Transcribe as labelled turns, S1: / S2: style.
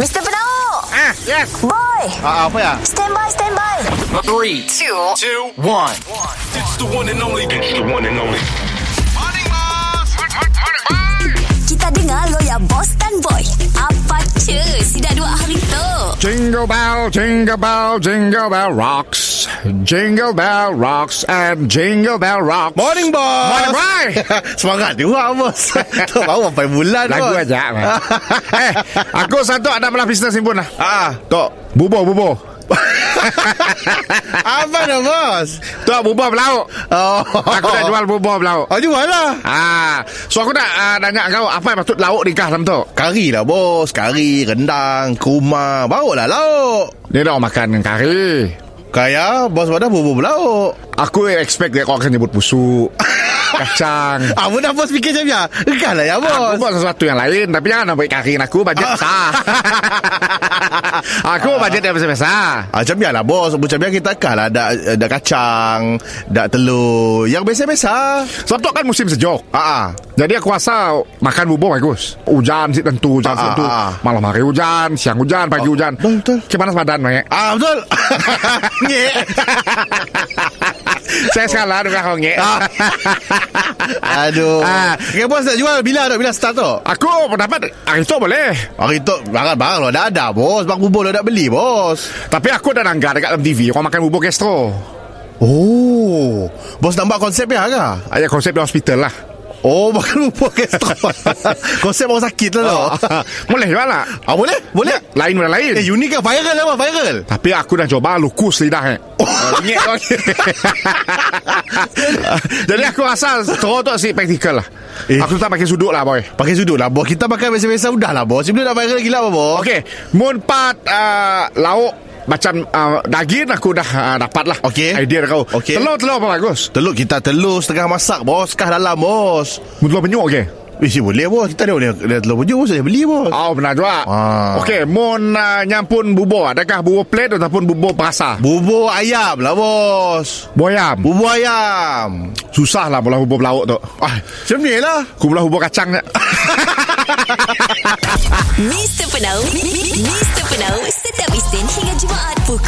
S1: Mr. Penau
S2: Ah, yes.
S1: Boy
S2: Ah, apa ya?
S1: Stand by, stand by
S3: Three, two, two, one.
S4: It's the one and only. It's the one and only.
S1: Kita dengar lo ya Boss dan Boy Apa cu Si dah dua hari tu
S5: Jingle bell, jingle bell, jingle bell rocks. Jingle bell rocks and jingle bell rocks.
S2: Morning, boss.
S5: Morning, boy.
S2: Semangat juga, bos. tu baru sampai bulan,
S5: Lagu
S2: bos.
S5: aja. eh, aku satu ada malah bisnes ni pun lah.
S2: Ah, tok.
S5: Bubur, bubur.
S2: Apa dah, bos?
S5: Tu bubur belauk.
S2: Oh,
S5: Aku nak jual bubur belauk.
S2: Oh, jual lah.
S5: Ah, so aku nak uh, nanya kau apa yang patut lauk nikah dalam tu?
S2: Kari lah, bos. Kari, rendang, kurma. Baru lah lauk.
S5: Dia dah makan dengan kari.
S2: Kaya, bos wadah bubur belauk.
S5: Aku expect dia kau akan nyebut busuk. kacang.
S2: Apa Ah, dah, bos fikir macam ni? Engkau lah ya,
S5: Aku
S2: bos.
S5: buat sesuatu yang lain Tapi jangan nak baik kaki aku Bajet sah Aku bajet yang biasa-biasa
S2: Ah, macam biarlah bos Macam biar kita kah lah Dak, dak kacang Dak telur Yang biasa-biasa
S5: Sebab tu kan musim sejuk
S2: Ah, ah.
S5: Jadi aku rasa Makan bubur bagus Hujan sih tentu Hujan sih
S2: Ah,
S5: tentu
S2: ah, ah.
S5: Malam hari hujan Siang hujan Pagi hujan
S2: betul, betul.
S5: Gimana sepadan Mek?
S2: ah betul Ngek
S5: Saya salah dengan kau Mek.
S2: ah. Aduh ah.
S5: Ah.
S2: Okay bos nak jual Bila nak bila start tu
S5: Aku pendapat Hari itu boleh
S2: Hari tu Barang-barang lo dah ada bos Bang bubur lo dah beli bos
S5: Tapi aku dah nanggar Dekat dalam TV Kau makan bubur gastro
S2: Oh Bos tambah konsep ya ke
S5: Ada konsep di hospital lah
S2: Oh makan bubur kestrol Konsep orang sakit lah lo
S5: Oh. Boleh jual lah
S2: Ah boleh Boleh
S5: Lain mana lain
S2: Eh unik kan viral lah bang, viral
S5: Tapi aku dah coba lukus lidah eh.
S2: Oh.
S5: Bengek kau ni. Jadi aku rasa teruk tu si praktikal lah.
S2: Eh.
S5: Aku tak pakai sudut lah boy.
S2: Pakai sudut lah bos Kita pakai biasa-biasa Udah lah bos Sebelum dah viral gila apa bos
S5: Okey, mun pat uh, lauk macam uh, daging aku dah uh, dapat lah
S2: Okey.
S5: Idea dah kau
S2: Okey.
S5: Telur-telur apa bagus?
S2: Telur kita telur setengah masak bos Kah dalam bos
S5: Mun Telur penyuk okey?
S2: Eh si boleh bos Kita ada boleh ada telur pujuk bos Saya beli bos
S5: Oh benar juga
S2: Ah.
S5: Okey Mun uh, nyampun bubur Adakah bubur plate ataupun bubur perasa?
S2: Bubur ayam lah bos
S5: Boyam
S2: Bubur ayam
S5: Susah lah mula bubur belauk tu
S2: Ah, Macam ni lah
S5: eh. Aku mula bubur kacang je
S1: Mr. Penau